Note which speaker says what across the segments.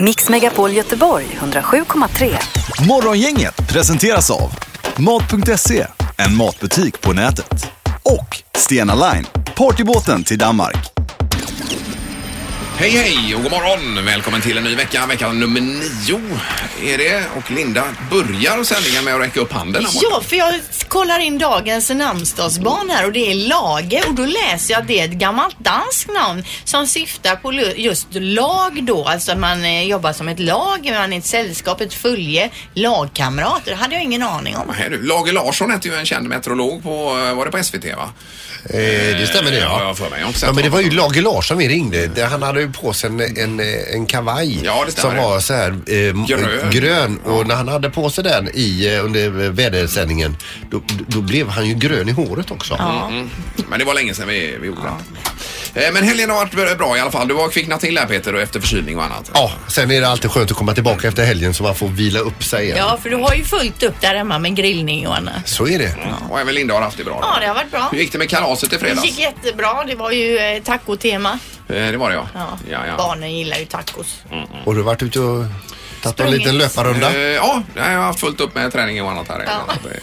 Speaker 1: Mix Megapol Göteborg 107,3.
Speaker 2: Morgongänget presenteras av Mat.se, en matbutik på nätet. Och Stena Line, partybåten till Danmark.
Speaker 3: Hej hej och god morgon! Välkommen till en ny vecka, vecka nummer nio är det. Och Linda börjar sändningen med att räcka upp handen. här borta.
Speaker 4: Ja, för jag kollar in dagens namnsdagsbarn här och det är Lage och då läser jag att det är ett gammalt danskt namn som syftar på lu- just lag då, alltså att man eh, jobbar som ett lag, man är ett sällskap, ett följe, lagkamrater. Det hade jag ingen aning om.
Speaker 3: Här du, Lage Larsson hette ju en känd meteorolog på, eh, var det på SVT va?
Speaker 5: Eh, det stämmer det
Speaker 3: Eh,
Speaker 5: ja.
Speaker 3: har jag för mig. Jag har inte sett
Speaker 5: ja men det
Speaker 3: honom.
Speaker 5: var ju Lage Larsson vi ringde. Det- Han hade ju på sig en, en, en kavaj
Speaker 3: Ja, det stämmer
Speaker 5: som var så här eh, m-
Speaker 3: Grön.
Speaker 5: grön. Och när han hade på sig den i, eh, under vädersändningen då, då blev han ju grön i håret också.
Speaker 3: Mm. Men det var länge sedan vi, vi gjorde det. Eh, Men helgen har varit bra i alla fall. Du har kvicknat till här Peter och efter förkylning och annat.
Speaker 5: Ja, sen är det alltid skönt att komma tillbaka efter helgen så man får vila upp sig igen.
Speaker 4: Ja, för du har ju fullt upp där hemma med grillning och annat.
Speaker 5: Så är det.
Speaker 3: Och även Linda har haft det bra. då.
Speaker 4: Ja, det har varit bra.
Speaker 3: Hur gick det med kalaset i
Speaker 4: Det
Speaker 3: fredags?
Speaker 4: gick jättebra. Det var ju eh, tacotema.
Speaker 3: Eh, Det var det ja.
Speaker 4: Ja.
Speaker 3: ja, ja.
Speaker 4: Barnen gillar ju tacos.
Speaker 5: Och du har varit ute och tagit en
Speaker 4: Sprungit.
Speaker 5: liten löparrunda.
Speaker 3: Eh, Ja, jag har haft fullt upp med träning och annat här.
Speaker 4: Ja.
Speaker 3: Eh,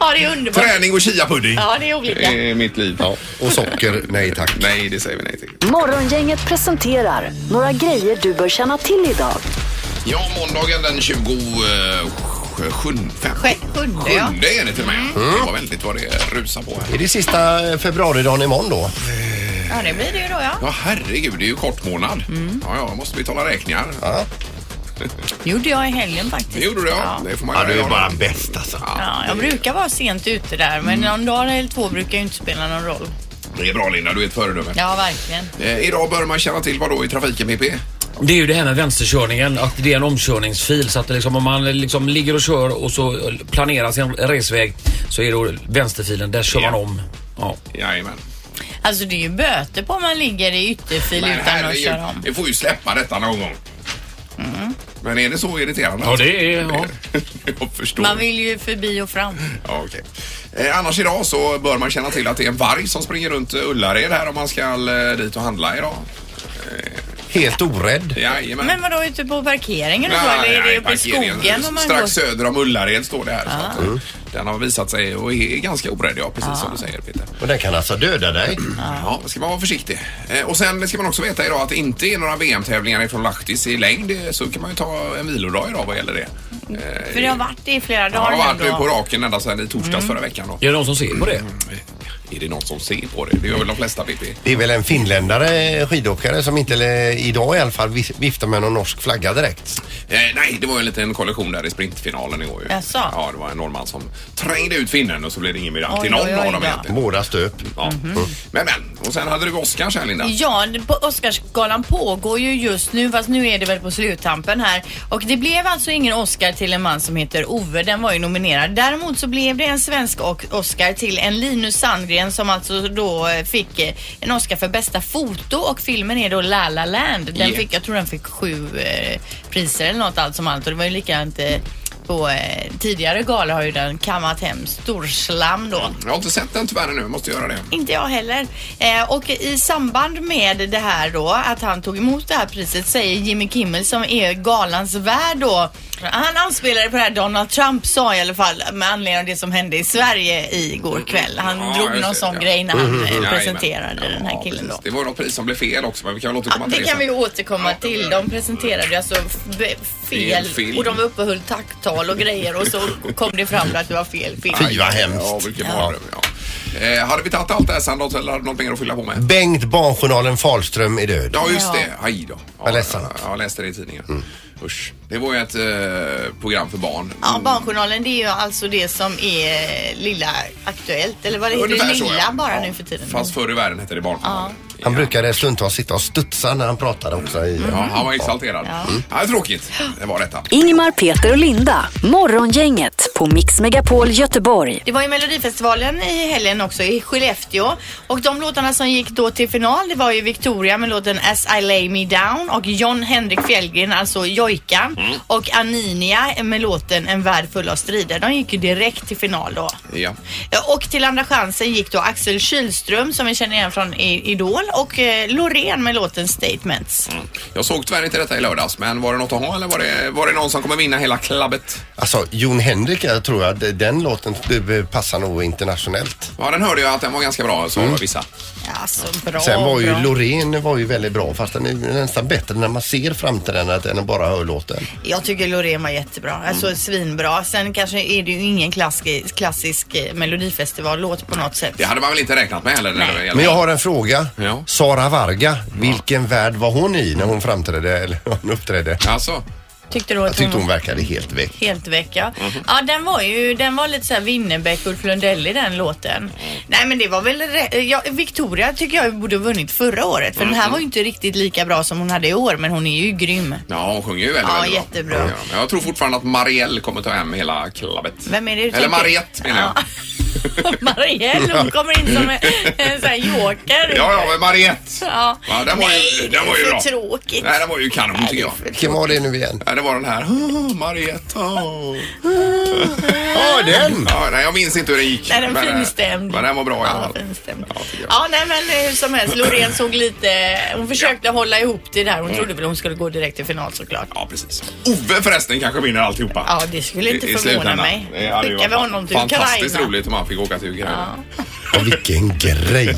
Speaker 4: Ja, det är underbart.
Speaker 3: Träning och chiapudding.
Speaker 4: Ja, det är olika.
Speaker 3: Det är mitt liv.
Speaker 5: Ja, och socker, nej tack.
Speaker 3: Nej, det säger vi nej till.
Speaker 1: Morgongänget presenterar några grejer du bör känna till idag.
Speaker 3: Ja, måndagen den eh, 27...
Speaker 4: Sjätte, sjunde, ja. Mm.
Speaker 3: Sjunde är det till och med. Det var väldigt vad det rusar på här.
Speaker 5: Är det sista eh, februaridagen imorgon då?
Speaker 4: Ja, det blir det ju då ja.
Speaker 3: Ja, herregud, det är ju kort månad.
Speaker 4: Mm.
Speaker 3: Ja, ja, måste betala räkningar.
Speaker 4: gjorde jag i helgen faktiskt.
Speaker 3: Det gjorde du, ja. Det får man göra.
Speaker 5: bäst alltså.
Speaker 4: Ja, jag brukar vara sent ute där men
Speaker 3: Mm.
Speaker 4: någon dag eller två brukar ju inte spela någon roll.
Speaker 3: Det är bra, Linda. Du är ett föredöme.
Speaker 4: Ja, verkligen.
Speaker 3: Eh, idag bör man känna till vad då i trafiken, PP?
Speaker 6: Det är ju det här med vänsterkörningen, att det är en omkörningsfil. Så att det liksom, om man liksom ligger och kör och så planerar sin resväg så är då vänsterfilen, där kör
Speaker 3: Ja.
Speaker 6: man om. Ja.
Speaker 3: Jajamän.
Speaker 4: Alltså det är ju böter på om man ligger i ytterfil utan att
Speaker 3: herregud,
Speaker 4: köra om. Mm.
Speaker 3: vi får ju släppa detta någon gång. Men är det så irriterande?
Speaker 6: Ja, det är- ja.
Speaker 3: Jag förstår.
Speaker 4: Man vill ju förbi och fram.
Speaker 3: Ja, okej. eh, annars idag så bör man känna till att det är en varg som springer runt eh, Ullared här om man ska eh, dit och handla idag.
Speaker 5: Helt orädd.
Speaker 3: Jajamän.
Speaker 4: Men vadå ute på parkeringen och så? Eller är det uppe i
Speaker 3: parkeringen.
Speaker 4: skogen? Om man
Speaker 3: Strax
Speaker 4: går? Ah.
Speaker 3: söder om Ullared står det här. Så att, eh, Den har visat sig och är ganska orädd, ja, precis
Speaker 4: Ah.
Speaker 3: som du säger Peter.
Speaker 5: Och den kan alltså döda dig.
Speaker 3: Ja, ska man vara försiktig. Eh, Och sen ska man också veta idag att det inte är några VM-tävlingar ifrån Lahtis i längd. eh, Så kan man ju ta en vilodag idag vad gäller det. Eh,
Speaker 4: För det har varit det Mm. i flera
Speaker 3: jag har
Speaker 4: dagar
Speaker 3: varit
Speaker 4: nu
Speaker 3: nu på
Speaker 4: då.
Speaker 3: raken ända sedan i torsdags förra veckan. Då.
Speaker 6: Är det någon som ser på det?
Speaker 3: Är det någon som ser på det? Det gör väl de flesta, Pippi?
Speaker 5: Det är väl en finländare eh, skidåkare som inte, eller idag i alla fall, vis- viftar med någon norsk flagga direkt.
Speaker 3: Eh, nej, det var ju en liten kollision där i sprintfinalen igår ju.
Speaker 4: Jaså?
Speaker 3: Ja, det var en norrman som trängde ut finnen och så blev det ingen medalj
Speaker 4: Oj,
Speaker 3: till någon
Speaker 4: oj, oj,
Speaker 3: av dem
Speaker 4: ja.
Speaker 3: egentligen.
Speaker 5: Båda stöp.
Speaker 3: Ja. Men men, och sen hade du Oscars här Linda.
Speaker 4: Ja, på Oscarsgalan pågår ju just nu, fast nu är det väl på sluttampen här. Och det blev alltså ingen Oscar till en man som heter Ove, den var ju nominerad. Däremot så blev det en svensk o- Oscar till en Linus Sandgren som alltså då eh, fick eh, en Oscar för bästa foto och filmen är då La La Land. Den
Speaker 3: Ja.
Speaker 4: fick, jag tror den fick sju eh, priser eller något allt som allt och det var ju likadant eh, på eh, tidigare galor har ju den kammat hem storslam då.
Speaker 3: Jag har inte sett den tyvärr nu, jag måste göra det.
Speaker 4: Inte jag heller. Eh, och i samband med det här då, att han tog emot det här priset, säger Jimmy Kimmel som är galans värd då. Han anspelade på det här Donald Trump sa i alla fall med anledning av det som hände i Sverige igår kväll. Han
Speaker 3: Ja,
Speaker 4: drog
Speaker 3: just
Speaker 4: någon
Speaker 3: det,
Speaker 4: sån
Speaker 3: ja.
Speaker 4: grej när han eh,
Speaker 3: Jajamän.
Speaker 4: presenterade den här killen då.
Speaker 3: precis. Det var ju något pris som blev fel också, men vi kan väl återkomma
Speaker 4: Ja, det
Speaker 3: till
Speaker 4: kan vi
Speaker 3: sen.
Speaker 4: återkomma
Speaker 3: Ja.
Speaker 4: till. De presenterade alltså f- be-
Speaker 3: Fel
Speaker 4: fel,
Speaker 3: film.
Speaker 4: och de var uppe och höll tacktal och grejer och så kom det fram att det var fel film.
Speaker 5: Fy vad hemskt.
Speaker 3: Ja, vilken
Speaker 5: Ja.
Speaker 3: mardröm. Ja. Eh, hade vi tagit allt det här sen då, eller hade du något mer att fylla på med?
Speaker 5: Bengt Barnjournalen Falström är död.
Speaker 3: Ja, just
Speaker 4: Ja.
Speaker 3: det. Aj då. Ja,
Speaker 5: Vad ledsamt.
Speaker 3: ja, Jag läste Mm. det i tidningen. Usch. Det var ju ett eh, program för barn.
Speaker 4: Ja, Barnjournalen det är ju alltså det som är eh, lilla Aktuellt eller vad det heter,
Speaker 3: Ungefär
Speaker 4: lilla
Speaker 3: så, ja.
Speaker 4: bara
Speaker 3: Ja,
Speaker 4: nu för tiden.
Speaker 3: Fast förr i världen hette det Barnjournalen.
Speaker 5: Han brukade stundtals sitta och studsa när han pratade också. I,
Speaker 3: Ja, han var exalterad. Mm. Ja.
Speaker 4: Ja.
Speaker 3: Ja, tråkigt. Det var detta.
Speaker 1: Ingmar, Peter och Linda. Morgongänget på Mix Megapol Göteborg.
Speaker 4: Det var ju Melodifestivalen i helgen också i Skellefteå och de låtarna som gick då till final det var ju Victoria med låten As I Lay Me Down och John Henrik Fjällgren, alltså Jojkan
Speaker 3: Mm.
Speaker 4: och Aninia med låten En värld full av strider. De gick ju direkt till final då.
Speaker 3: Ja.
Speaker 4: Och till Andra chansen gick då Axel Kylström som vi känner igen från I- Idol och eh, Loreen med låten Statements.
Speaker 3: Jag såg tyvärr inte detta i lördags, men var det något att ha eller var det, var det någon som kommer vinna hela klabbet?
Speaker 5: Alltså, Jon Henrik jag tror jag, d- den låten eh, passar nog internationellt.
Speaker 3: Ja, den hörde jag att den var ganska bra, så
Speaker 5: Mm.
Speaker 3: vissa.
Speaker 4: Ja, så Alltså, bra,
Speaker 5: Sen var ju
Speaker 4: bra.
Speaker 5: Loreen var ju väldigt bra fast den är ju nästan bättre när man ser framträdandet än att bara hör låten.
Speaker 4: Jag tycker Loreen var jättebra. Alltså
Speaker 3: Mm.
Speaker 4: svinbra. Sen kanske är det ju ingen klassisk, klassisk eh, melodifestivallåt på något sätt.
Speaker 3: Det hade man väl inte räknat med heller? när det
Speaker 4: Nej.
Speaker 3: gäller-
Speaker 5: Men jag har en fråga.
Speaker 3: Ja.
Speaker 5: Sara Varga, vilken värld var hon i när hon framträdde eller hon uppträdde?
Speaker 3: Alltså,
Speaker 4: Tyckte du att
Speaker 5: Jag tyckte
Speaker 4: hon
Speaker 5: hon
Speaker 4: var
Speaker 5: verkade helt väck.
Speaker 4: helt väck? Ja,
Speaker 3: Mhm.
Speaker 4: ja den, var ju, den var lite såhär Winnerbäck, Ulf Lundell i den låten.
Speaker 3: Mm.
Speaker 4: Nej men det var väl rä- ja, Victoria tycker jag borde ha vunnit förra året för den
Speaker 3: Mhm.
Speaker 4: här var ju inte riktigt lika bra som hon hade i år men hon är ju grym.
Speaker 3: ja, hon sjunger ju väldigt,
Speaker 4: Ja,
Speaker 3: väldigt bra.
Speaker 4: jättebra.
Speaker 3: Ja, men Jag tror fortfarande att Marielle kommer ta hem hela klabbet.
Speaker 4: Vem är det du
Speaker 3: Eller
Speaker 4: tänker?
Speaker 3: Mariette menar jag.
Speaker 4: Ja. Marielle, hon kommer in som en, en sån här joker.
Speaker 3: Ja, ja, men Mariette.
Speaker 4: Ja.
Speaker 3: Ja, den var
Speaker 4: Nej,
Speaker 3: ju, den var ju
Speaker 4: för
Speaker 3: bra.
Speaker 4: tråkigt.
Speaker 3: Nej, den var ju kanon tycker jag.
Speaker 5: Vilken var det nu igen?
Speaker 3: Ja, det var den här. Oh, Marietta.
Speaker 5: Ja, den!
Speaker 3: Mm. Ja, nej, jag minns inte hur det gick.
Speaker 4: Nej, den
Speaker 3: men, eh,
Speaker 4: finstämd.
Speaker 3: Men den var bra i alla
Speaker 4: Ja,
Speaker 3: fall.
Speaker 4: finstämd.
Speaker 3: Ja, tycker jag.
Speaker 4: Ja, nej men eh, hur som helst. Loreen såg lite... Hon försökte hålla ihop det där. Hon
Speaker 3: Mm.
Speaker 4: trodde väl hon skulle gå direkt till final såklart.
Speaker 3: Ja, precis. Ove förresten kanske vinner alltihopa.
Speaker 4: Ja, det skulle inte
Speaker 3: I- i
Speaker 4: förvåna
Speaker 3: slutändan.
Speaker 4: mig.
Speaker 3: Det hade ju
Speaker 4: Skickar vi
Speaker 3: varit
Speaker 4: honom till
Speaker 3: Fantastiskt
Speaker 4: Ukraina.
Speaker 3: roligt om han fick åka till Ukraina.
Speaker 5: Ja, vilken grej!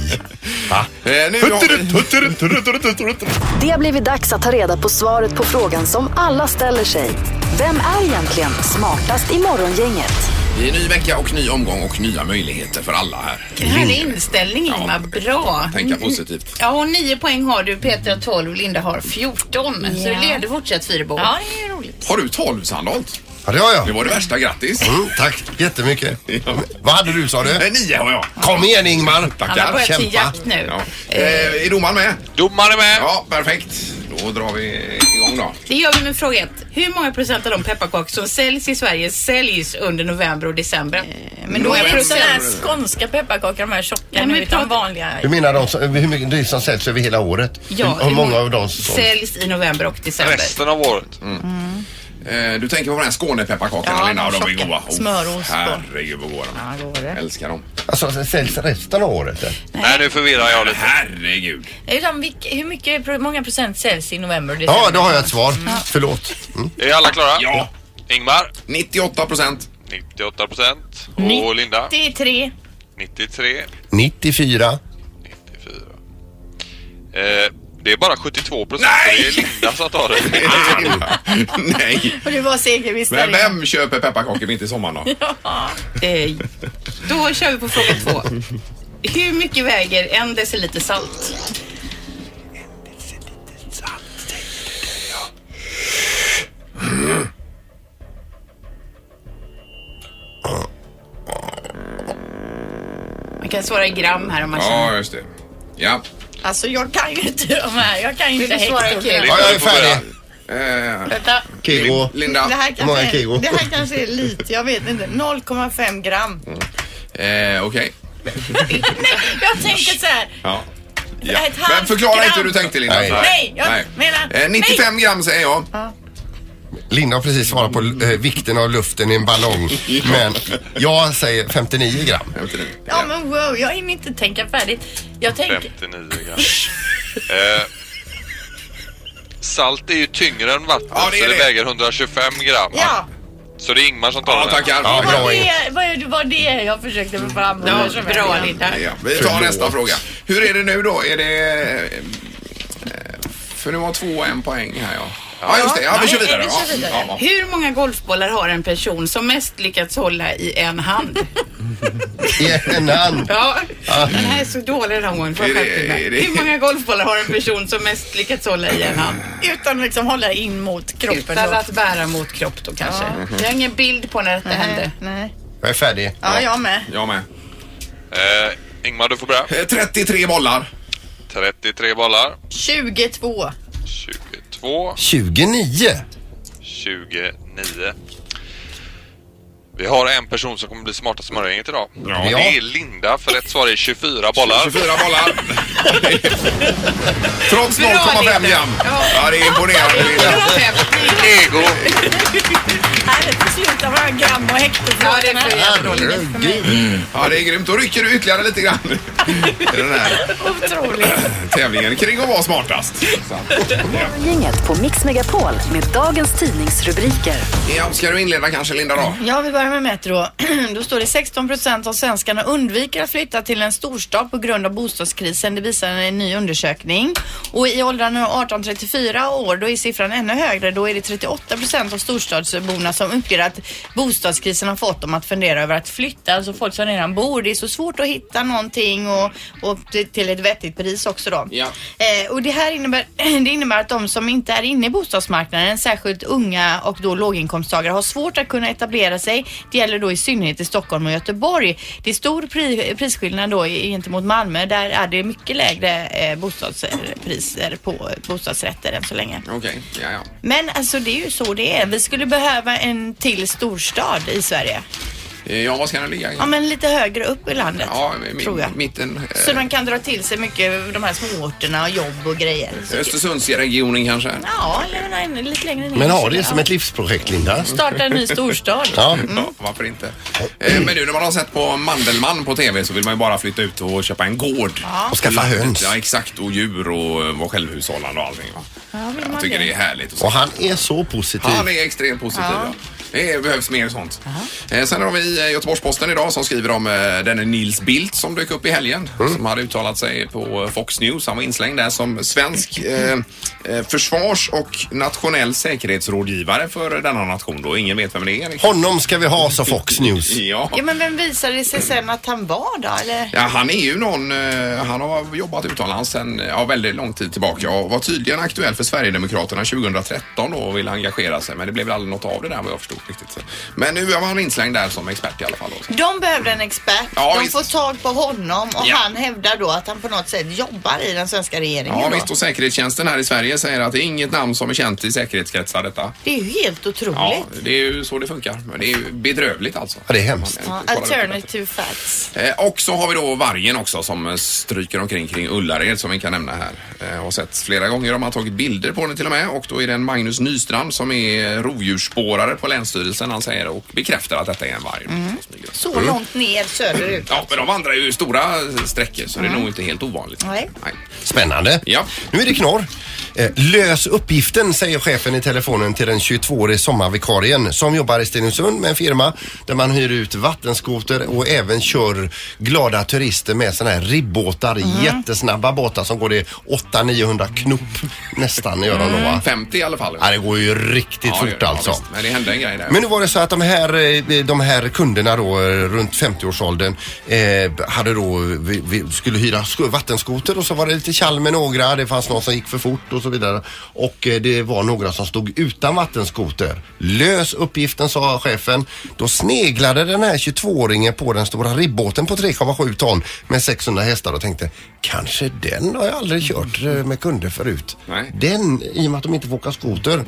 Speaker 5: Va?
Speaker 3: Eh, nu
Speaker 5: Hutterut, hutterut, hutterut, hutterut.
Speaker 1: Det har blivit dags att ta reda på svaret på frågan som alla ställer sig. Vem är egentligen smartast i morgongänget?
Speaker 3: Det är ny vecka och ny omgång och nya möjligheter för alla här.
Speaker 4: Vilken härlig inställning Ingmar. Bra.
Speaker 3: Tänka positivt.
Speaker 7: Ja, och 9 poäng har du. Peter har 12, Linda har 14. Så
Speaker 4: Ja.
Speaker 7: det leder fortsatt Fyrebo.
Speaker 4: Ja, det är roligt.
Speaker 3: Har du 12 Sandholt?
Speaker 5: Ja, det har jag.
Speaker 3: Det var det värsta, grattis.
Speaker 5: Mm, tack jättemycket.
Speaker 3: Ja.
Speaker 5: Vad hade du sa du?
Speaker 3: Eh, Nio har jag.
Speaker 5: Kom igen Ingmar!
Speaker 3: Tackar.
Speaker 4: Han har börjat sin
Speaker 5: kämpa.
Speaker 4: jakt nu.
Speaker 3: Ja. Eh, är domaren med?
Speaker 8: Domare med!
Speaker 3: Ja, perfekt. Då drar vi igång då.
Speaker 7: Det gör vi med fråga ett. Hur många procent av de pepparkakor som säljs i Sverige säljs under november och december?
Speaker 4: Eh, Men då
Speaker 3: Några
Speaker 4: är det
Speaker 3: procent.
Speaker 4: sådana här skånska pepparkakor, de här tjocka
Speaker 7: men
Speaker 4: nu, utan
Speaker 7: prata-
Speaker 4: vanliga.
Speaker 5: Du menar de som, hur mycket, de som säljs över hela året? hur, hur många av dem som...
Speaker 7: säljs i november och december?
Speaker 8: Resten av året. Mm.
Speaker 3: Eh, du tänker på den här Skånepepparkakorna
Speaker 4: Ja,
Speaker 3: Lina och
Speaker 4: de
Speaker 3: de är
Speaker 4: tjocka.
Speaker 3: goda. Oh,
Speaker 4: Smörost och-
Speaker 3: Herregud vad goda de är.
Speaker 4: Ja, går det. Eh,
Speaker 3: Älskar dem.
Speaker 5: Alltså säljs resten av året? eller?
Speaker 8: Nej, nu förvirrar jag lite.
Speaker 3: Herregud.
Speaker 4: Utan vilk, hur mycket, hur många procent säljs i november och december?
Speaker 5: Ja, då har jag ett svar. Förlåt. Mm.
Speaker 8: Är alla klara?
Speaker 3: Ja.
Speaker 8: Ingmar,
Speaker 3: 98 procent.
Speaker 8: 98 procent. Och Linda,
Speaker 4: 93.
Speaker 8: 93,
Speaker 5: 94.
Speaker 8: 94. Eh, det är bara 72 procent.
Speaker 3: Nej!
Speaker 8: Det är Linda som tar det.
Speaker 3: Nej.
Speaker 4: Och du var segerviss
Speaker 3: Men
Speaker 4: där.
Speaker 3: vem köper pepparkakor mitt i sommaren då?
Speaker 7: Eh, då kör vi på fråga två. Hur mycket väger en deciliter salt? Man kan svara i gram här om man känner.
Speaker 3: Ja, just det. Ja.
Speaker 4: Alltså jag kan ju inte de här. Jag kan ju
Speaker 7: Vill
Speaker 4: inte
Speaker 7: du svara
Speaker 4: häxor.
Speaker 7: Keyyo?
Speaker 5: Ja, jag är färdig.
Speaker 3: Eh,
Speaker 4: Vänta.
Speaker 5: Kego.
Speaker 4: Det
Speaker 3: Linda.
Speaker 4: här,
Speaker 5: Hur många
Speaker 4: kanske,
Speaker 5: kilo?
Speaker 4: det här kanske är lite, jag vet inte. 0,5 gram.
Speaker 3: Eh, Okej.
Speaker 4: Jag tänker så här.
Speaker 3: Ja. ja.
Speaker 4: Ett halvt
Speaker 3: Men förklara
Speaker 4: gram.
Speaker 3: inte hur du tänkte Linda.
Speaker 5: Nej.
Speaker 4: Nej, jag menar-
Speaker 3: Eh, 95 gram säger jag.
Speaker 5: Linda har precis svarat på eh, vikten av luften i en ballong. Men jag säger 59 gram.
Speaker 3: 59.
Speaker 4: Ja men wow, jag hinner inte tänka färdigt. Jag tänker...
Speaker 8: 59 gram. Eh, salt är ju tyngre än vatten,
Speaker 3: Ja, det är
Speaker 8: så det,
Speaker 3: det.
Speaker 8: väger 125 gram.
Speaker 4: Ja,
Speaker 8: Så det är Ingmar som tar
Speaker 3: Ja,
Speaker 8: den. här.
Speaker 3: tackar.
Speaker 5: Ja,
Speaker 4: vad
Speaker 5: bra in.
Speaker 4: det, vad, vad det jag försökte få fram.
Speaker 7: Ja, bra Linda.
Speaker 3: Ja, vi tar
Speaker 5: Förlåt.
Speaker 3: nästa fråga. Hur är det nu då? Är det... eh, För nu var två och en poäng här ja. Ja just det, ja, vi
Speaker 4: Ja,
Speaker 3: kör
Speaker 4: vi-
Speaker 3: vidare.
Speaker 4: vi
Speaker 3: Ja,
Speaker 4: kör vidare.
Speaker 3: ja, ja.
Speaker 7: Hur många golfbollar har en person som mest lyckats hålla i en hand?
Speaker 5: I en hand.
Speaker 7: Ja, den här är så dålig den här gången. Får jag
Speaker 3: Är det-
Speaker 7: skärpa mig?
Speaker 3: är det-
Speaker 7: Hur många golfbollar har en person som mest lyckats hålla i en hand?
Speaker 4: Utan att liksom hålla in mot kroppen.
Speaker 7: Utan att bära mot kropp då kanske. Jag har ingen bild på när detta hände.
Speaker 4: Nej, nej.
Speaker 5: Jag är färdig.
Speaker 4: Ja, jag med.
Speaker 3: Jag med.
Speaker 8: Eh, Ingmar, du får börja.
Speaker 3: Eh, 33 bollar.
Speaker 8: 33 bollar.
Speaker 4: 22.
Speaker 8: 22.
Speaker 5: 29.
Speaker 8: 29. Vi har en person som kommer bli smartast i morgongänget idag.
Speaker 3: Ja.
Speaker 8: Det är Linda, för rätt svar är 24 bollar.
Speaker 3: 24 bollar. Trots 0,5 gram. Ja, det är imponerande. Linda.
Speaker 8: Ego!
Speaker 4: Nej, det slutar vara gram och
Speaker 7: Ja, det är
Speaker 4: hektofoten
Speaker 7: för
Speaker 4: här.
Speaker 7: jävla dåligt.
Speaker 5: Herregud.
Speaker 3: Ja, det är grymt. Då rycker du ytterligare lite grann i den här
Speaker 4: Otroligt.
Speaker 3: tävlingen kring att vara smartast. Så att- Ja.
Speaker 1: Morgongänget på Mix Megapol med dagens tidningsrubriker.
Speaker 3: Ja, ska du inleda kanske Linda då?
Speaker 4: Ja, vi börjar med Metro. Då står det 16 procent av svenskarna undviker att flytta till en storstad på grund av bostadskrisen. Det visar en ny undersökning. Och i åldrarna 18 34 år, då är siffran ännu högre. Då är det 38 procent av storstadsborna som uppger att bostadskrisen har fått dem att fundera över att flytta. Alltså folk som redan bor. Det är så svårt att hitta någonting och, och till- till ett vettigt pris också då.
Speaker 3: Ja.
Speaker 4: Eh, och det här innebär, det innebär att de som inte är inne i bostadsmarknaden, särskilt unga och då låginkomsttagare, har svårt att kunna etablera sig. Det gäller då i synnerhet i Stockholm och Göteborg. Det är stor pri- prisskillnad då i- gentemot Malmö. Där är det mycket lägre eh, bostadspriser på eh, bostadsrätter än så länge.
Speaker 3: Okej, ja, ja.
Speaker 4: Men alltså det är ju så det är. Vi skulle behöva en till storstad i Sverige.
Speaker 3: Eh, Ja, var ska den ligga?
Speaker 4: Ja men lite högre upp i landet,
Speaker 3: Ja, mi-
Speaker 4: tror jag.
Speaker 3: mitten. eh,
Speaker 4: Så de kan dra till sig mycket de här småorterna och jobb och grejer.
Speaker 3: Östersundsregionen kanske?
Speaker 4: Ja, eller nej, nej, lite längre ner.
Speaker 5: Men ha det som
Speaker 4: Ja.
Speaker 5: ett livsprojekt Linda.
Speaker 4: Starta en ny storstad.
Speaker 5: Ja.
Speaker 3: Ja, varför inte? Eh, Men nu när man har sett på Mandelmann på TV så vill man ju bara flytta ut och köpa en gård.
Speaker 5: Och skaffa höns.
Speaker 3: Ja, exakt. Och djur och eh, vara självhushållande och allting. Va?
Speaker 4: vill
Speaker 3: jag
Speaker 4: man
Speaker 3: tycker
Speaker 4: det?
Speaker 3: det är härligt. Och så.
Speaker 5: Och han är så positiv.
Speaker 3: Han är extremt positiv. Ja. Det behövs mer sånt. Eh, Sen har vi eh, Göteborgs-Posten idag som skriver om eh, denne Nils Bildt som dök upp i helgen. Som hade uttalat sig på eh, Fox News. Han var inslängd där som svensk eh, eh, försvars och nationell säkerhetsrådgivare för denna nation. Då. Ingen vet vem det är. riktigt.
Speaker 5: Honom ska vi ha, sa Fox News.
Speaker 3: Ja.
Speaker 4: Ja, men vem visade det sig sen att han var då? Eller?
Speaker 3: Ja, han är ju någon, eh, han har jobbat utomlands sedan ja, väldigt lång tid tillbaka och var tydligen aktuell för Sverigedemokraterna 2013 då och ville engagera sig men det blev väl aldrig något av det där vad jag förstod riktigt. Men nu var han inslängd där som expert i alla fall. Då.
Speaker 4: De behövde en expert.
Speaker 3: Ja,
Speaker 4: De
Speaker 3: visst.
Speaker 4: får tag på honom och
Speaker 3: Ja.
Speaker 4: han hävdar då att han på något sätt jobbar i den svenska regeringen.
Speaker 3: Ja
Speaker 4: då.
Speaker 3: visst och säkerhetstjänsten här i Sverige säger att det är inget namn som är känt i säkerhetskretsar detta.
Speaker 4: Det är ju helt otroligt.
Speaker 3: Ja, det är ju så det funkar. Men det är ju bedrövligt alltså.
Speaker 5: Ja, det är hemskt.
Speaker 3: Man, eh, kollar upp det bättre.
Speaker 4: Alternative facts.
Speaker 3: Eh, Och så har vi då vargen också som eh, stryker omkring kring Ullared som vi kan nämna här. Eh, Har sett flera gånger, de har tagit bilder på den till och med och då är det en Magnus Nystrand som är rovdjursspårare på Länsstyrelsen han säger och bekräftar att detta är en varg.
Speaker 4: Mm. Så
Speaker 5: Mm.
Speaker 4: långt ner söderut.
Speaker 3: Mm. Ja, men de vandrar ju stora sträckor så det är nog inte helt ovanligt.
Speaker 4: Mm. Nej.
Speaker 5: Spännande.
Speaker 3: Ja.
Speaker 5: Nu är det knorr. Eh, Lös uppgiften, säger chefen i telefonen till den 22-årige sommarvikarien som jobbar i Stenungsund med en firma där man hyr ut vattenskoter och även kör glada turister med såna här ribbåtar, jättesnabba båtar som går i 800-900 knop nästan gör de då va?
Speaker 3: 50 i alla fall.
Speaker 5: Ja, det går ju riktigt
Speaker 3: Ja,
Speaker 5: fort
Speaker 3: ja,
Speaker 5: alltså.
Speaker 3: visst. Men det hände en grej där.
Speaker 5: Men nu var det så att de här, eh, de här kunderna då eh, runt 50-årsåldern eh, hade då, vi, vi skulle hyra sk- vattenskoter och så var det lite tjall med några. Det fanns någon som gick för fort och så vidare. Och eh, det var några som stod utan vattenskoter. Lös uppgiften sa chefen. Då sneglade den här 22-åringen på den stora ribbåten på 3,7 ton med 600 hästar och tänkte kanske den har jag aldrig kört eh, med kunder förut.
Speaker 3: Nej.
Speaker 5: Den, i och med att de inte får åka skoter.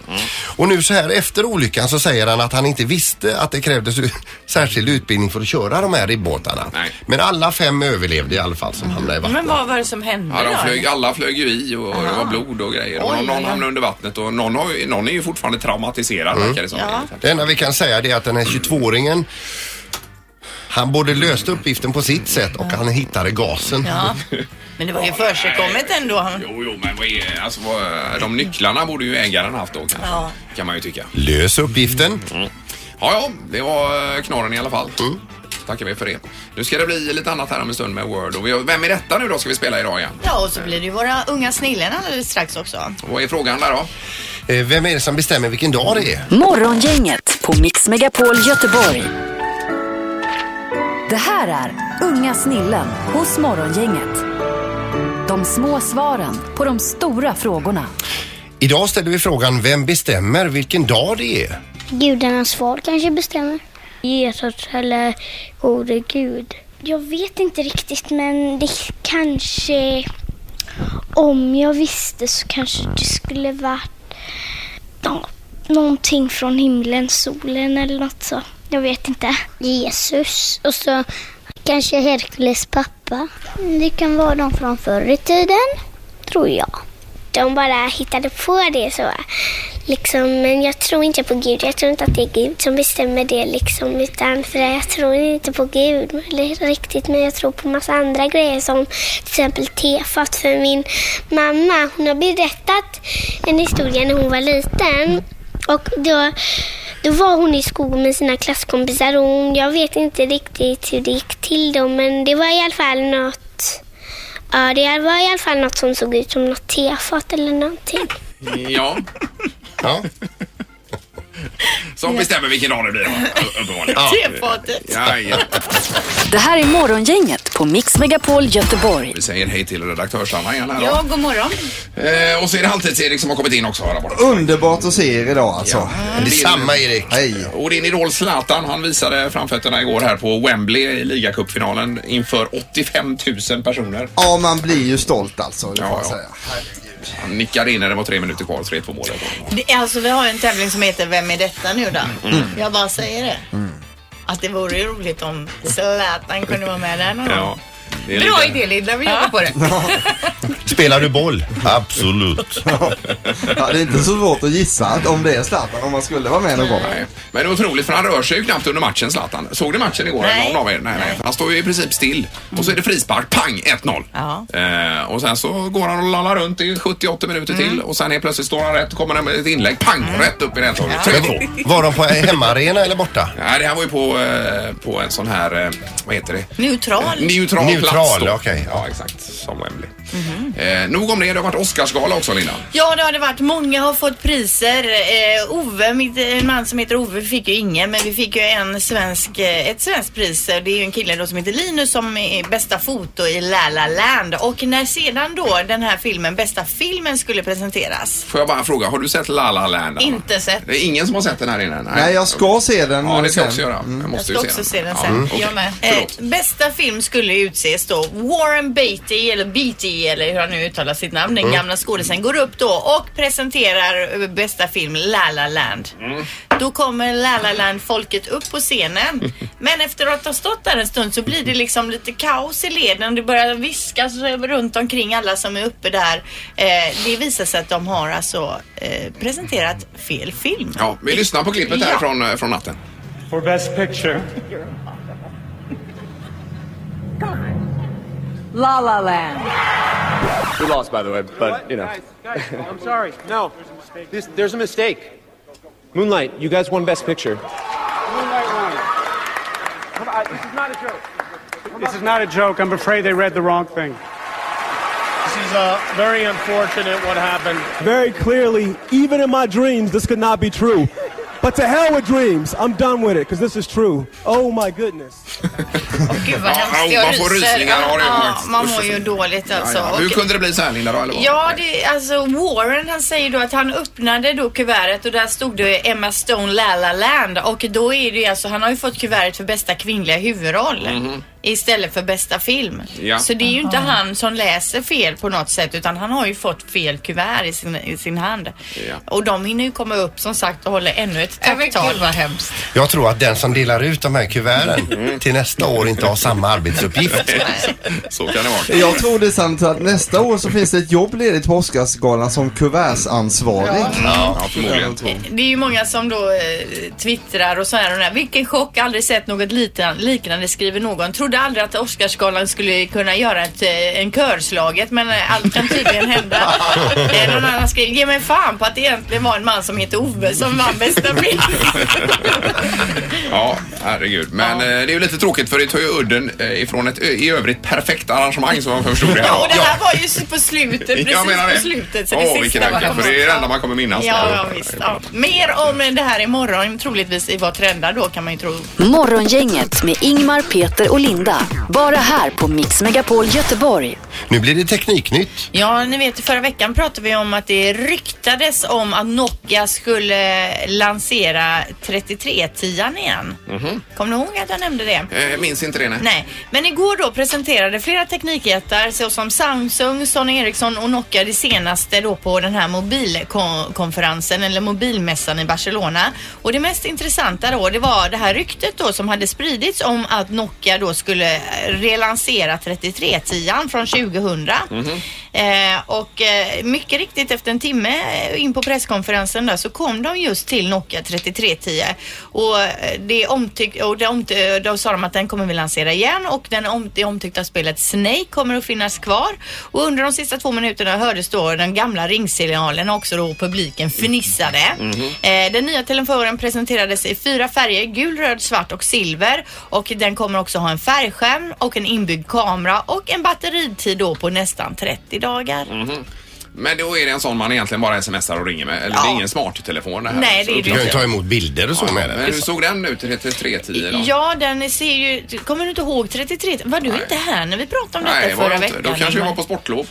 Speaker 5: Och nu så här efter olyckan så säger han att han inte visste att det krävdes u- särskild utbildning för att köra de här ribbåtarna.
Speaker 3: Nej.
Speaker 5: Men alla fem överlevde i alla fall som hamnade i vattnet.
Speaker 4: Men vad var det som hände
Speaker 3: Ja, de
Speaker 4: då?
Speaker 3: flög, alla flög ju i och det var blod och grejer. och
Speaker 4: Oj,
Speaker 3: någon, någon
Speaker 4: oj, oj.
Speaker 3: hamnade under vattnet och någon, har, ju- någon är ju fortfarande traumatiserad
Speaker 5: Mm.
Speaker 3: verkar det som.
Speaker 4: Ja.
Speaker 5: Det enda vi kan säga det är att den här 22-åringen han både löste uppgiften på sitt sätt och han hittade gasen.
Speaker 4: Ja. Men det var ju försigkommet ändå. Han-
Speaker 3: Jo, jo, men vad är, alltså, vad, de nycklarna borde ju ägaren haft då kanske.
Speaker 4: Ja.
Speaker 3: Kan man ju tycka.
Speaker 5: Lös uppgiften.
Speaker 3: Ja, ja, det var eh, knorren i alla fall. Tackar vi för det. Nu ska det bli lite annat här om en stund med Word. Och vi, har- vem är detta nu då ska vi spela idag igen?
Speaker 4: Ja, och så blir det ju våra unga snillen alldeles strax också.
Speaker 3: Vad är frågan där då?
Speaker 5: Eh, Vem är det som bestämmer vilken dag det är?
Speaker 1: Morgongänget på Mix Megapol Göteborg. Det här är Unga snillen hos Morgongänget. De små svaren på de stora frågorna.
Speaker 5: Idag ställer vi frågan vem bestämmer vilken dag det är?
Speaker 9: Gudarnas far kanske bestämmer. Jesus eller gode gud. Jag vet inte riktigt men det kanske... Om jag visste så kanske det skulle varit ja, någonting från himlen, solen eller något så.
Speaker 10: Jag vet inte. Jesus och så kanske Herkules pappa. Det kan vara de från förr i tiden, tror jag. De bara hittade på det så. Liksom, men jag tror inte på Gud. Jag tror inte att det är Gud som bestämmer det. Liksom, utan för jag tror inte på Gud riktigt, men jag tror på massa andra grejer som till exempel tefat. För min mamma, hon har berättat en historia när hon var liten. Och då, då var hon i skogen med sina klasskompisar och hon, jag vet inte riktigt hur det gick till då, men det var i alla fall något Ja, det var i alla fall något som såg ut som något tefat eller någonting.
Speaker 3: Ja,
Speaker 5: Ja.
Speaker 3: som bestämmer vilken dag det blir då, upp- uppenbarligen.
Speaker 4: Tefatet.
Speaker 3: Ja, ja.
Speaker 1: Det här är Morgongänget på Mix Megapol Göteborg.
Speaker 3: Vi säger hej till redaktörs-Anna igen här då.
Speaker 11: Ja, god morgon.
Speaker 3: Eh, och så är det Halvtids-Erik som har kommit in också här borta.
Speaker 2: Underbart att se er idag alltså.
Speaker 5: Detsamma Erik.
Speaker 2: Hej.
Speaker 3: Och din idol Zlatan, han visade framfötterna igår här på Wembley i ligacupfinalen inför 85 000 personer.
Speaker 2: Ja, man blir ju stolt alltså, det får
Speaker 3: Ja,
Speaker 2: jag
Speaker 3: ja.
Speaker 2: säga.
Speaker 3: Han nickade in när det var tre minuter kvar, 3-2 målet.
Speaker 4: Det, är- alltså vi har ju en tävling som heter Vem är detta nu då? Jag bara säger det. Att det vore ju roligt om Zlatan kunde vara med där någon gång.
Speaker 3: Ja, det är
Speaker 11: Bra
Speaker 3: lite-
Speaker 11: idé Linda, vi jobbar på det.
Speaker 5: Spelar du boll? Absolut.
Speaker 2: Ja, det är inte så svårt att gissa att om det är Zlatan om man skulle vara med någon gång.
Speaker 3: Nej, Men det är otroligt för han rör sig ju knappt under matchen Zlatan. Såg ni matchen igår?
Speaker 4: Nej.
Speaker 3: Någon av er? Nej, nej. Han står ju i princip still. Och så är det frispark, pang 1-0.
Speaker 4: Ja.
Speaker 3: Eh, och sen så går han och lallar runt i 70-80 minuter till och sen helt plötsligt står han rätt och kommer med ett inlägg, pang, rätt upp i nättaket. 3-2.
Speaker 5: Var de på hemmaarena eller borta?
Speaker 3: Nej, det här var ju på, eh, på en sån här, eh, vad heter det?
Speaker 4: Neutral.
Speaker 3: Neutral,
Speaker 5: Neutral,
Speaker 3: plats då.
Speaker 5: okej,
Speaker 3: ja.
Speaker 5: ja.
Speaker 3: exakt. Som Wembley. eh, nog om det, det har varit Oscarsgala också Linda.
Speaker 4: Ja, det har det varit. Många har fått priser. Eh, Ove, mitt, en man som heter Ove, fick ju ingen, men vi fick ju en svensk, eh, ett svenskt pris. Eh, Det är ju en kille då som heter Linus som är bästa foto i La La Land. Och när sedan då den här filmen, bästa filmen, skulle presenteras.
Speaker 3: Får jag bara fråga, har du sett La La Land? Anna?
Speaker 4: Inte sett.
Speaker 3: Det är ingen som har sett den här inne?
Speaker 2: Nej, jag ska se den. eh, Mm.
Speaker 3: Ja, det ska jag också
Speaker 2: sen.
Speaker 3: göra. Jag
Speaker 4: Jag
Speaker 3: måste
Speaker 4: ska
Speaker 3: ju
Speaker 4: också se den sen.
Speaker 3: Ja, Mm, okej.
Speaker 11: Jag med.
Speaker 4: Eh,
Speaker 3: Förlåt.
Speaker 4: bästa film skulle utses då. Warren Beatty, eller Beatty, eller hur han nu uttalar sitt namn,
Speaker 3: Mm.
Speaker 4: den gamla skådisen, går upp då och presenterar eh, bästa film La La Land.
Speaker 3: Mm.
Speaker 4: Då kommer La La Land-folket upp på scenen. Men efter att ha stått där en stund så blir det liksom lite kaos i leden. Det börjar viskas runt omkring alla som är uppe där. Eh, det visar sig att de har alltså eh, presenterat fel film.
Speaker 3: Ja, vi lyssnar på klippet här
Speaker 4: Mm. Ja.
Speaker 3: från, eh, från natten.
Speaker 6: For best picture.
Speaker 11: La La Land.
Speaker 6: We lost, by the way, but you know. Guys, guys, I'm sorry. No, this, there's a mistake. Moonlight, you guys won best picture. Moonlight won. Come on, this is not a joke. This is not a joke. I'm afraid they read the wrong thing. This is uh, very unfortunate what happened. Very clearly, even in my dreams, this could not be true. But to hell with dreams. I'm done with it because this is true. Oh my goodness.
Speaker 4: Gud vad
Speaker 3: Ja, ja,
Speaker 4: hemskt. Jag
Speaker 3: man får rysningar, ja, det gör man
Speaker 4: Ja,
Speaker 3: faktiskt.
Speaker 4: man
Speaker 3: Usch,
Speaker 4: mår ju
Speaker 3: usch.
Speaker 4: dåligt alltså.
Speaker 3: Ja, ja. Hur
Speaker 4: Och-
Speaker 3: kunde det bli så här Linda då? Eller vad?
Speaker 4: Ja, det, alltså Warren han säger då att han öppnade då kuvertet och där stod det Emma Stone La La Land och då är det ju alltså, han har ju fått kuvertet för bästa kvinnliga huvudroll istället för bästa film.
Speaker 3: Mhm. Ja.
Speaker 4: Så det är ju inte han som läser fel på något sätt utan han har ju fått fel kuvert i sin, i sin hand.
Speaker 3: Ja.
Speaker 4: Och de hinner ju komma upp som sagt och håller ännu ett
Speaker 11: Ja, men gud,
Speaker 4: tacktal.
Speaker 11: vad hemskt.
Speaker 5: Jag tror att den som delar ut de här kuverten till nästa år inte har samma arbetsuppgift.
Speaker 3: Så kan det vara.
Speaker 2: Jag tror det är sant att nästa år så finns det ett jobb ledigt på Oscarsgalan som kuvertsansvarig.
Speaker 3: Ja, förmodligen.
Speaker 4: Det är ju många som då eh, twittrar och så här och där. Vilken chock, aldrig sett något litan- liknande skriver någon. Trodde aldrig att Oscarsgalan skulle kunna göra ett, eh, en körslaget men eh, allt kan tydligen hända. Eh, Någon annan skriver, ge mig fan på att det egentligen var en man som heter Ove som vann bästa film.
Speaker 3: Ja, herregud. Men eh, det är ju lite tråkigt för det tar ju udden eh, ifrån ett ö- i övrigt perfekt arrangemang som man förstod det här.
Speaker 4: Och det här var ju så på slutet, precis på slutet. Så det
Speaker 3: Åh, vilken
Speaker 4: sista var
Speaker 3: tanke. För det är det enda man kommer minnas.
Speaker 4: Ja, ja, visst. Ja. Mer om eh, det här imorgon, troligtvis i Vad trendar då kan man ju tro.
Speaker 1: Morgongänget med Ingmar, Peter och Linda. Agenda. Bara här på Mix Megapol Göteborg.
Speaker 5: Nu blir det tekniknytt.
Speaker 4: Ja, ni vet förra veckan pratade vi om att det ryktades om att Nokia skulle lansera 3310 igen. Kommer ni ihåg att jag nämnde det?
Speaker 3: Eh, minns inte det, nej.
Speaker 4: Nej, men igår då presenterade flera teknikjättar såsom Samsung, Sony Ericsson och Nokia det senaste då på den här mobilkonferensen eller mobilmässan i Barcelona. Och det mest intressanta då det var det här ryktet då som hade spridits om att Nokia då skulle eh, relansera 3310 från 2000. Eh, och eh, mycket riktigt efter en timme eh, in på presskonferensen där så kom de just till Nokia 3310 och eh, det omtyck- och det omty- eh, då sa de att den kommer vi lansera igen och den om- det omtyckta spelet Snake kommer att finnas kvar och under de sista två minuterna hördes då den gamla ringsignalen och också då publiken fnissade.
Speaker 3: Mm.
Speaker 12: Mhm.
Speaker 3: Mm-hmm.
Speaker 4: Eh, Den nya telefonen presenterades i fyra färger, gul, röd, svart och silver. Och den kommer också ha en färgskärm och en inbyggd kamera och en batteritid då på nästan 30 dagar.
Speaker 3: Mhm. Men då är det en sån man egentligen bara smsar och ringer med. Eller det är ingen smarttelefon det här.
Speaker 4: Nej, det är
Speaker 3: Så
Speaker 4: det
Speaker 3: kan
Speaker 4: inte.
Speaker 3: ju
Speaker 5: emot bilder och så med den.
Speaker 3: Men hur såg den ut? 3310 då?
Speaker 4: Ja, den ser ju... du- Kommer du inte ihåg 33? Var du inte här när vi pratade om detta
Speaker 3: Nej, det var
Speaker 4: förra
Speaker 3: jag inte.
Speaker 4: veckan?
Speaker 3: Då kanske jag
Speaker 4: Ingmar?
Speaker 3: var på sportlov.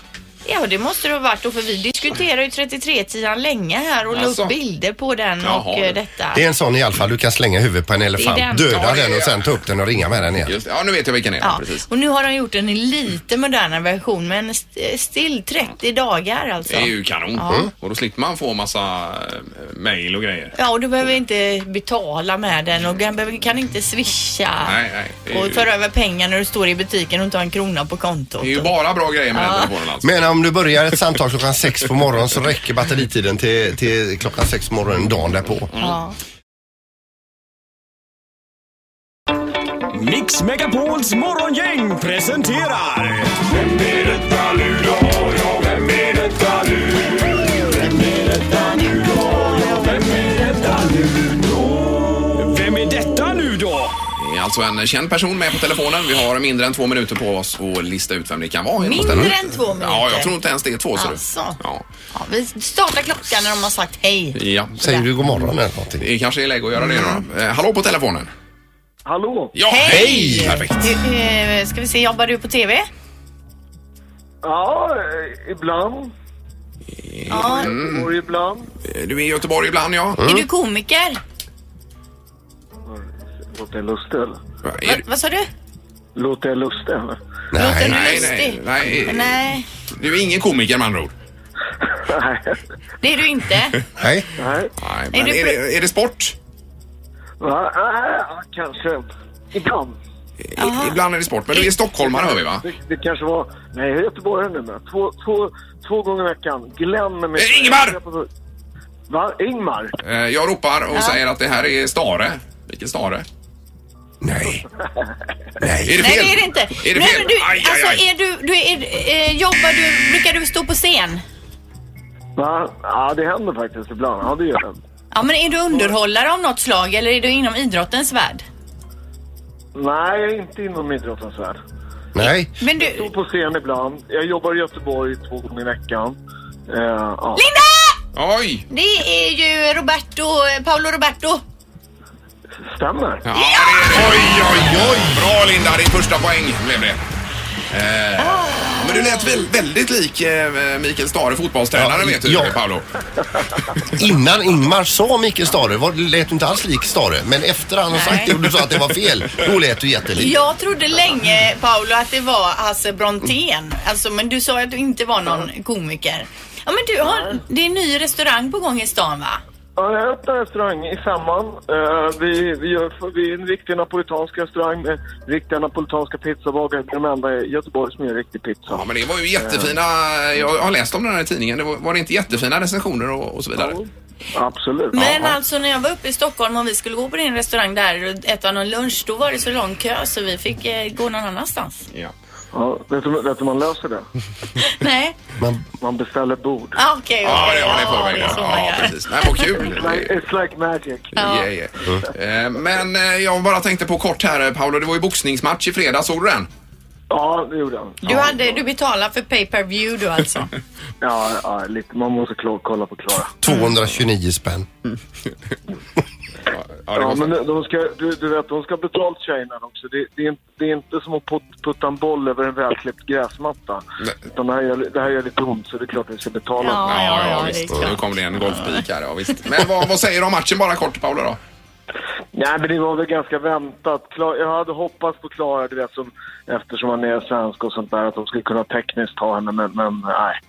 Speaker 4: Ja, det måste du ha varit då, för vi diskuterade ju 33-tian länge här och la
Speaker 5: Alltså.
Speaker 4: upp bilder på den och eh, detta.
Speaker 5: Det är en sån i alla fall du kan slänga huvudet på en elefant,
Speaker 4: Det är den.
Speaker 5: döda
Speaker 4: Ja, det är-
Speaker 5: den och sen ta upp den och ringa med den igen.
Speaker 3: Ja, nu vet jag vilken det är.
Speaker 4: Ja, och nu har de gjort en lite modernare version men st- still 30 dagar alltså.
Speaker 3: Det är ju kanon.
Speaker 4: Ja. Mm.
Speaker 3: Och då slipper man få massa eh, mejl och grejer.
Speaker 4: Ja, och du behöver inte betala med den och den behöver- kan inte swisha
Speaker 3: Nej, nej. Det är
Speaker 4: och
Speaker 3: ju,
Speaker 4: föra över pengar när du står i butiken och inte har en krona på kontot.
Speaker 3: det är ju bara bra grejer med den telefonen alltså.
Speaker 5: Men om du börjar ett samtal klockan sex på morgonen så räcker batteritiden till, till klockan sex på morgonen dagen därpå.
Speaker 4: Ja.
Speaker 13: Mix Megapols morgongäng presenterar... Vem är detta nu då? Ja, vem är detta nu? Vem är detta nu då? Ja, vem är detta nu då? Vem är detta nu då?
Speaker 3: Det är alltså en känd person med på telefonen. Vi har mindre än två minuter på oss att lista ut vem det kan vara.
Speaker 4: Mindre
Speaker 3: Mm.
Speaker 4: än två minuter?
Speaker 3: Ja, jag tror inte ens det är två. ser du.
Speaker 4: Alltså.
Speaker 3: Ja.
Speaker 4: Ja, vi startar klockan när de har sagt hej.
Speaker 3: Ja.
Speaker 5: Säger du god morgon eller någonting?
Speaker 3: Det kanske är läge att göra det
Speaker 4: Mm.
Speaker 3: då. Eh, hallå på telefonen.
Speaker 13: Hallå?
Speaker 3: Ja, hej! Perfekt.
Speaker 4: Du, eh, Ska vi se, jobbar du på TV?
Speaker 13: Ja, eh, ibland.
Speaker 4: Ja.
Speaker 3: Mm.
Speaker 13: Och ibland.
Speaker 3: Eh, Du är i Göteborg ibland ja.
Speaker 4: Är du komiker?
Speaker 13: Låter lustig.
Speaker 4: Va, vad sa du?
Speaker 13: Låter lustig.
Speaker 4: Låter du
Speaker 3: nej,
Speaker 4: lustig?
Speaker 3: nej, nej.
Speaker 4: nej.
Speaker 3: Du är ingen komiker med andra ord.
Speaker 4: Det är du inte.
Speaker 5: Nej.
Speaker 13: Nej.
Speaker 3: men
Speaker 4: Är
Speaker 3: är,
Speaker 4: du pro-
Speaker 3: det, är det sport?
Speaker 13: Va? Ah, kanske. Ibland.
Speaker 3: I, ibland är det sport. Men du är stockholmare hör vi va?
Speaker 13: Det, det kanske var... Nej, jag är göteborgare nu. men Två, två, två gånger i veckan. Glöm mig.
Speaker 3: Eh, Ingmar!
Speaker 13: Va? Ingmar?
Speaker 3: Eh, Jag ropar och
Speaker 13: Ja.
Speaker 3: säger att det här är Stare. Vilken Stare? Nej. Nej. Är det
Speaker 4: Nej,
Speaker 3: fel?
Speaker 4: det är det inte.
Speaker 3: Är det
Speaker 4: Nej,
Speaker 3: fel?
Speaker 4: men du,
Speaker 3: Aj, aj,
Speaker 4: alltså,
Speaker 3: aj.
Speaker 4: Är du, du är, eh, jobbar du, brukar du stå på scen?
Speaker 13: Va? Ja, det händer faktiskt ibland. Ja, det gör det.
Speaker 4: Ja, men är du underhållare av något slag eller är du inom idrottens värld?
Speaker 13: Nej, jag är inte inom idrottens värld.
Speaker 5: Nej.
Speaker 4: Men du...
Speaker 13: Jag står på scen ibland. Jag jobbar i Göteborg två gånger i veckan. Eh, ja.
Speaker 3: Linda! Oj!
Speaker 4: Det är ju Roberto, Paolo Roberto.
Speaker 13: Stämmer.
Speaker 3: Ja, det är det. Oj, oj, oj! Bra Linda, din första poäng blev det. Eh,
Speaker 4: Ah.
Speaker 3: ja, Men du lät väl, väldigt lik eh, Mikael Stare, fotbollstränaren vet du, eh,
Speaker 5: ja.
Speaker 3: Paolo.
Speaker 5: Innan Ingmar sa Micke Stare var, lät du inte alls lik Stare. Men efter han har sagt det och du sa att det var fel, då lät du jättelik.
Speaker 4: Jag trodde länge, Paolo, att det var Hasse Brontén. Alltså, men du sa ju att du inte var någon komiker. Ja, men du har, det är en ny restaurang på gång i stan, va?
Speaker 13: Ja, jag öppnar restaurang i femman. Eh, vi, vi, gör, vi är en riktig napolitansk restaurang med riktiga napolitanska pizzabagare. Det är de enda i Göteborg som gör riktig pizza.
Speaker 3: Ja, men det var ju jättefina, jag har läst om den här i tidningen, det var, var det inte jättefina recensioner och, och så vidare?
Speaker 13: Absolut.
Speaker 4: Men alltså när jag var uppe i Stockholm och vi skulle gå på din restaurang där och äta någon lunch, då var det så lång kö så vi fick eh, gå någon annanstans.
Speaker 3: Ja.
Speaker 13: Ja, vet du vet du hur man löser det?
Speaker 4: Nej,
Speaker 5: Man,
Speaker 13: beställer bord.
Speaker 4: ah, okej.
Speaker 3: Ja, det har ni förväg.
Speaker 4: Ja, det är så man
Speaker 3: Ja,
Speaker 4: gör.
Speaker 3: precis. Nej, vad kul.
Speaker 13: It's like, it's like magic.
Speaker 3: Yeah, yeah. Eh, Men eh, jag bara tänkte på kort här, eh, Paolo, det var ju boxningsmatch i fredags, såg du den?
Speaker 13: Ja, det gjorde han.
Speaker 4: Du, hade, du betalade för pay per view du alltså.
Speaker 13: Ja, ja lite. man måste klo- kolla på Klara.
Speaker 5: 229 spänn.
Speaker 3: det
Speaker 12: Ja,
Speaker 3: kostar.
Speaker 12: men de ska, du, du vet, de ska ha betalt tjejerna också. Det, det, är, inte- det är inte som att put, putta en boll över en välklippt gräsmatta. Utan det här, gör, det här gör lite ont, så det är klart att vi ska betala.
Speaker 3: Ja, ja, visst. Nu kom det en golfpik här. Ja, visst. Men vad, vad säger du om matchen bara kort, Paula? Då?
Speaker 12: Nej, men det var väl ganska väntat. Klar, jag hade hoppats på Klara, du vet, som, eftersom hon är svensk och sånt där, att de skulle kunna tekniskt ta henne, men, men nej.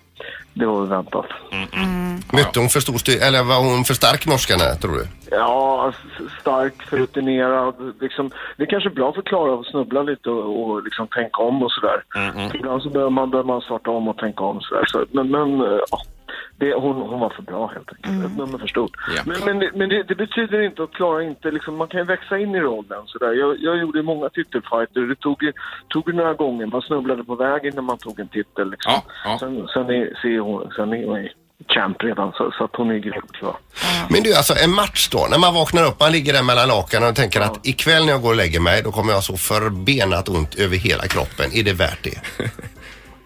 Speaker 12: Det var väl väntat.
Speaker 5: Mötte hon för stor styr, eller var hon för stark norskarna tror du?
Speaker 12: Ja, s- stark, för rutinerad. Liksom, det är kanske är bra för Klara att snubbla lite och, och liksom tänka om och sådär. Ibland så behöver man, behöver man starta om och tänka om sådär. Så, men men eh, ja, det, hon, hon var för bra helt enkelt. Ett nummer för stort. Men, men, det- men det, det betyder inte att Klara inte, liksom, man kan ju växa in i rollen sådär. Jag, jag gjorde ju många titelfighter. Det tog, ju- tog ju några gånger. Man snubblade på vägen när man tog en titel. Liksom. Sen, sen, är, ser hon, sen är hon ju champ redan, så, så att hon är grym Klara.
Speaker 5: Men du alltså en match då, när man vaknar upp, man ligger där mellan lakanen och tänker att ikväll när jag går och lägger mig då kommer jag ha så förbenat ont över hela kroppen. Är det värt det?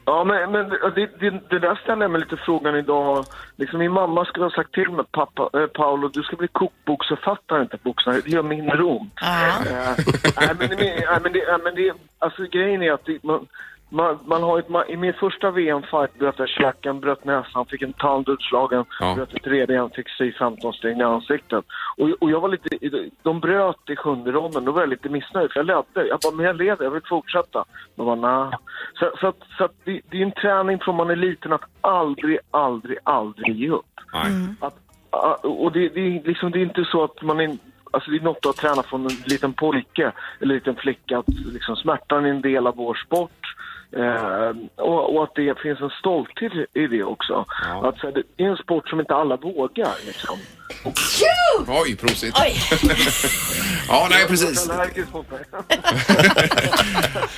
Speaker 12: Ja, men, men det, det, det där ställer jag mig lite frågan idag. Liksom, min mamma skulle ha sagt till mig, pappa, eh, Paolo, du ska bli kokboksförfattare, inte boxare. Det gör mindre ont. Eh, Nej, men, det- nej, men, det- nej, men det, alltså grejen är att det, man, man, man har ett, man, i min första VM-fight bröt jag käken, bröt näsan, fick en tand utslagen, bröt ett revben, fick sy 15 stygn i ansiktet. Och, och jag var lite, de bröt i sjunde ronden, då var jag lite missnöjd för jag ledde. Jag bara, men jag leder, jag vill fortsätta. De bara, nah. Så, så, att, så att det, det är en träning från man är liten att aldrig, aldrig, aldrig ge upp. Att, a- och det, det, är liksom, det är inte så att man är, alltså det är något att träna från en liten pojke eller en liten flicka att liksom, smärtan är en del av vår sport. Eh, och, och att det finns en stolthet i det också. Att, så här, det är en sport som inte alla vågar. Liksom.
Speaker 3: Oj, prosit. ja, nej, precis.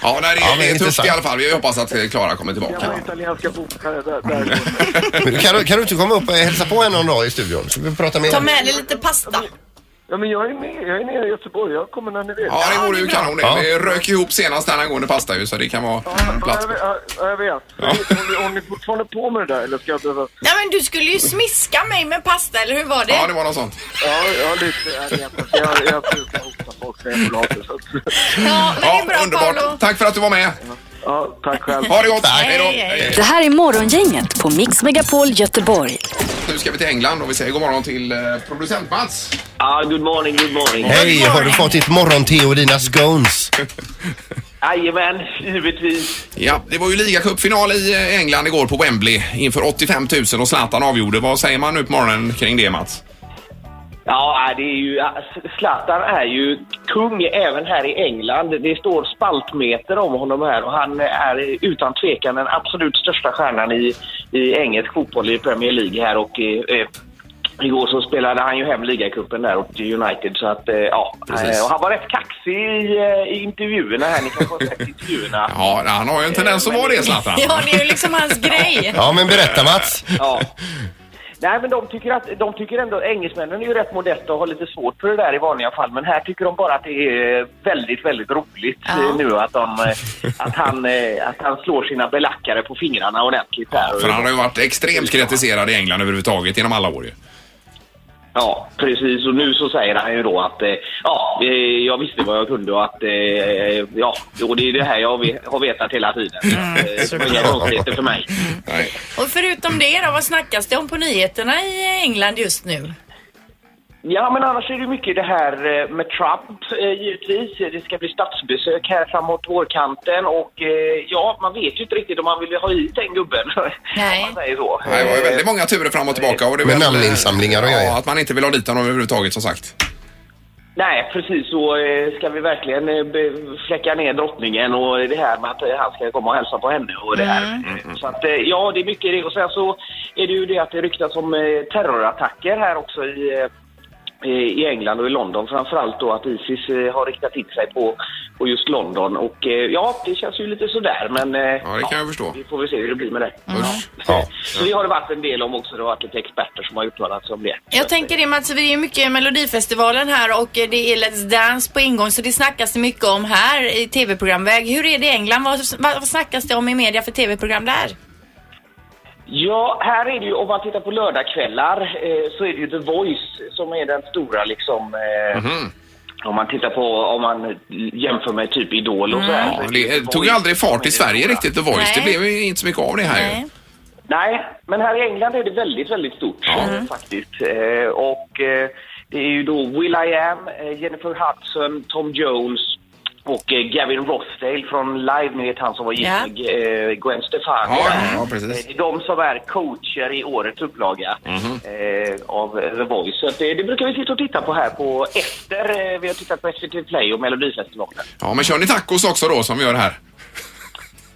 Speaker 3: Ja, nej, det,
Speaker 5: Ja, men
Speaker 3: det är tufft
Speaker 5: intressant.
Speaker 3: i alla fall. Vi hoppas att eh, Klara kommer tillbaka.
Speaker 12: Gamla italienska bokare där. där.
Speaker 5: Men du, kan, du- kan du inte komma upp och hälsa på henne någon dag i studion? Så vi pratar med henne.
Speaker 12: dig lite pasta. Ja, men jag är med. Jag är nere i Göteborg. Jag kommer när ni vill.
Speaker 3: Ja, det vore ju kanon det.
Speaker 5: Ja.
Speaker 3: Vi rök ihop senast den angående pasta ju, så det kan vara en
Speaker 12: Ja,
Speaker 3: plats.
Speaker 12: jag vet. Ja, jag vet. Håller- Håller ni fortfarande på med det där eller ska jag behöva...
Speaker 4: Nej men du skulle ju smiska mig med pasta, eller hur var det?
Speaker 3: Ja, det var något sånt.
Speaker 12: Ja, jag lite... Jag vet inte. Jag, jag brukar hota folk när jag är på later, så att-
Speaker 3: Ja, underbart. Tack för att du var med.
Speaker 12: Ja, tack själv.
Speaker 3: Ha det gott.
Speaker 12: Tack.
Speaker 3: Hej då.
Speaker 1: Det här är Morgongänget på Mix Megapol Göteborg.
Speaker 3: Nu ska vi till England och vi säger god morgon till eh, producent Mats.
Speaker 10: Ja, good morning, good morning.
Speaker 5: Hej, har du fått ditt morgonte och dina scones?
Speaker 10: Jajamän, givetvis.
Speaker 3: Ja, det var ju ligacupfinal i eh, England igår på Wembley inför 85 000 och Zlatan avgjorde. Vad säger man nu på morgonen kring det Mats?
Speaker 10: Ja, äh, det är ju... Zlatan är ju kung även här i England. Det står spaltmeter om honom här och han är utan tvekan den absolut största stjärnan i, i engelsk fotboll i Premier League här och eh, eh, Igår så spelade han ju hem ligacupen där åt United så att eh, ja,
Speaker 3: Precis.
Speaker 10: Eh, och han var rätt kaxig i, eh, i intervjuerna här. Ni kanske har sett intervjuerna.
Speaker 3: Ja, han har ju en tendens att vara det Zlatan.
Speaker 4: Ja, det är ju liksom hans grej.
Speaker 5: Ja, men berätta Mats.
Speaker 10: Ja. Nej, men de tycker, att, de tycker ändå, engelsmännen är ju rätt modesta och har lite svårt för det där i vanliga fall, men här tycker de bara att det är väldigt, väldigt roligt eh, nu att, de, eh, att, han, eh, att han slår sina belackare på fingrarna ordentligt här.
Speaker 3: För han har ju varit extremt kritiserad i England överhuvudtaget genom alla år ju.
Speaker 10: Ja, precis. Och nu så säger han ju då att eh, ja, eh, jag visste vad jag kunde och att eh, ja, och det är det här jag ve- har vetat hela tiden. Eh, Det var inga konstigheter för mig.
Speaker 4: Och förutom det då, vad snackas det om på nyheterna i England just nu?
Speaker 10: Ja, men annars är det mycket det här eh, med Trump, eh, givetvis. Det ska bli statsbesök här framåt vårkanten och eh, ja, man vet ju inte riktigt om man vill ha hit den gubben. Nej. man säger så.
Speaker 3: Nej, det var ju väldigt många turer fram och tillbaka. Och det är
Speaker 5: Med
Speaker 3: väl, eh,
Speaker 5: namninsamlingar och
Speaker 3: Ja,
Speaker 5: grejer.
Speaker 3: att man inte vill ha dit honom överhuvudtaget som sagt.
Speaker 10: Nej, precis. Så eh, ska vi verkligen eh, be- fläcka ner drottningen och det här med att eh, han ska komma och hälsa på henne och det här.
Speaker 3: Mm.
Speaker 10: Så att, eh, ja, det är mycket det. Och sen så är det ju det att det ryktas om eh, terrorattacker här också i, eh, eh, i England och i London. Framförallt då att Isis eh, har riktat in sig på, på just London. Och eh, ja, det känns ju lite sådär men... Ja,
Speaker 3: det kan jag förstå.
Speaker 10: Vi får väl se hur det blir med det.
Speaker 5: Ja.
Speaker 10: Så det har det varit en del om också. Det har varit lite experter som har uttalat sig om det.
Speaker 4: Jag tänker det Mats, vi är mycket i Melodifestivalen här och eh, det är Let's Dance på ingång så det snackas det mycket om här i tv-programväg. Hur är det i England? Vad, vad vad snackas det om i media för tv-program där?
Speaker 10: Ja, här är det ju, om man tittar på lördagskvällar eh, så är det ju The Voice som är den stora liksom... Eh,
Speaker 3: Mhm.
Speaker 10: Om man tittar på, om man jämför med typ Idol och så här.
Speaker 3: Ja, det eh, tog ju aldrig fart i Sverige riktigt, The Voice. Det blev ju inte så mycket av det här ju.
Speaker 10: Nej, men här i England är det väldigt, väldigt stort eh, faktiskt. Eh, och eh, det är ju då Will.i.am, eh, Jennifer Hudson, Tom Jones och eh, Gavin Rossdale från Live, ni vet han som var gift
Speaker 13: Ja.
Speaker 10: med eh, Gwen Stefani.
Speaker 13: Ja, ja, precis.
Speaker 10: Eh, det är de som är coacher i årets upplaga
Speaker 13: Mhm.
Speaker 10: eh, av The Voice. Så att, eh, det brukar vi sitta och titta på här på efter eh, vi har tittat på SVT Play och Melodifestivalen.
Speaker 3: Ja, men kör ni tacos också då som vi gör här?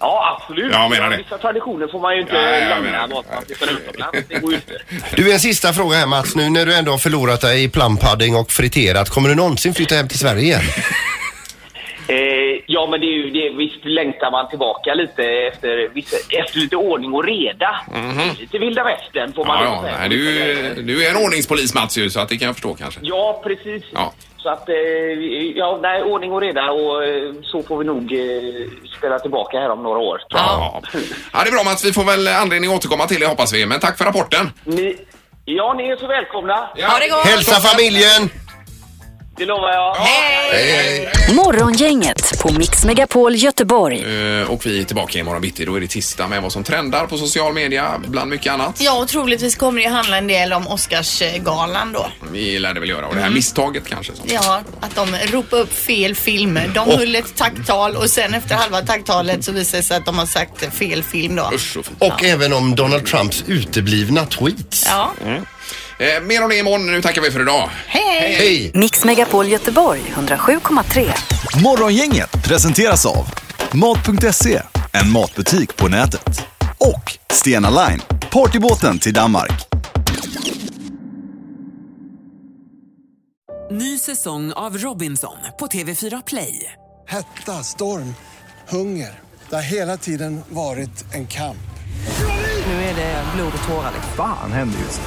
Speaker 10: Ja, absolut.
Speaker 3: Ja, jag menar det.
Speaker 10: Vissa traditioner får man ju inte
Speaker 3: Ja, ja, jag menar
Speaker 10: lämna matpassen utomlands. Det går ju inte.
Speaker 5: Du, en sista fråga här Mats. Nu när du ändå har förlorat dig i plumpudding och friterat, kommer du någonsin flytta hem till Sverige igen?
Speaker 10: Eh, ja, men det är ju det, visst längtar man tillbaka lite efter, vissa, efter lite ordning och reda. Lite vilda västern får man
Speaker 3: Mhm. Ja,
Speaker 10: nog
Speaker 3: ja.
Speaker 10: säga.
Speaker 3: Nej, du, du är en ordningspolis Mats ju, så att det kan jag förstå kanske.
Speaker 10: Ja, precis.
Speaker 3: Ja.
Speaker 10: Så att, eh, ja, nej, ordning och reda och eh, så får vi nog eh, spela tillbaka här om några år.
Speaker 3: Ja. ja, det är bra Mats. Vi får väl anledning att återkomma till det hoppas vi. Men tack för rapporten.
Speaker 10: Ni, ja, ni är så välkomna.
Speaker 3: Ja. Ha det gott!
Speaker 5: Hälsa familjen!
Speaker 10: Det lovar jag.
Speaker 1: Morgongänget på Mix Megapol Göteborg.
Speaker 3: Eh, Och vi är tillbaka imorgon bitti. Då är det tisdag med vad som trendar på social media, bland mycket annat.
Speaker 4: Ja, och troligtvis kommer det handla en del om Oscarsgalan då.
Speaker 3: Vi lär det väl göra. Och det här
Speaker 4: Mm.
Speaker 3: misstaget kanske. Som.
Speaker 4: Ja, att de ropar upp fel film. De
Speaker 3: Och-
Speaker 4: höll ett takttal och sen efter halva takttalet så visar det sig att de har sagt fel film då.
Speaker 5: Och även om Donald Trumps uteblivna tweets.
Speaker 4: Ja.
Speaker 3: Eh, mer om det imorgon. Nu tackar vi för idag.
Speaker 4: Hej!
Speaker 1: Mix Megapol Göteborg 107,3.
Speaker 2: Morgongänget presenteras av Mat.se, en matbutik på nätet. Och Stena Line, partybåten till Danmark.
Speaker 14: Ny säsong av Robinson på TV4 Play.
Speaker 15: Hetta, storm, hunger. Det har hela tiden varit en kamp.
Speaker 14: Nu är det blod och tårar.
Speaker 16: Fan händer just nu.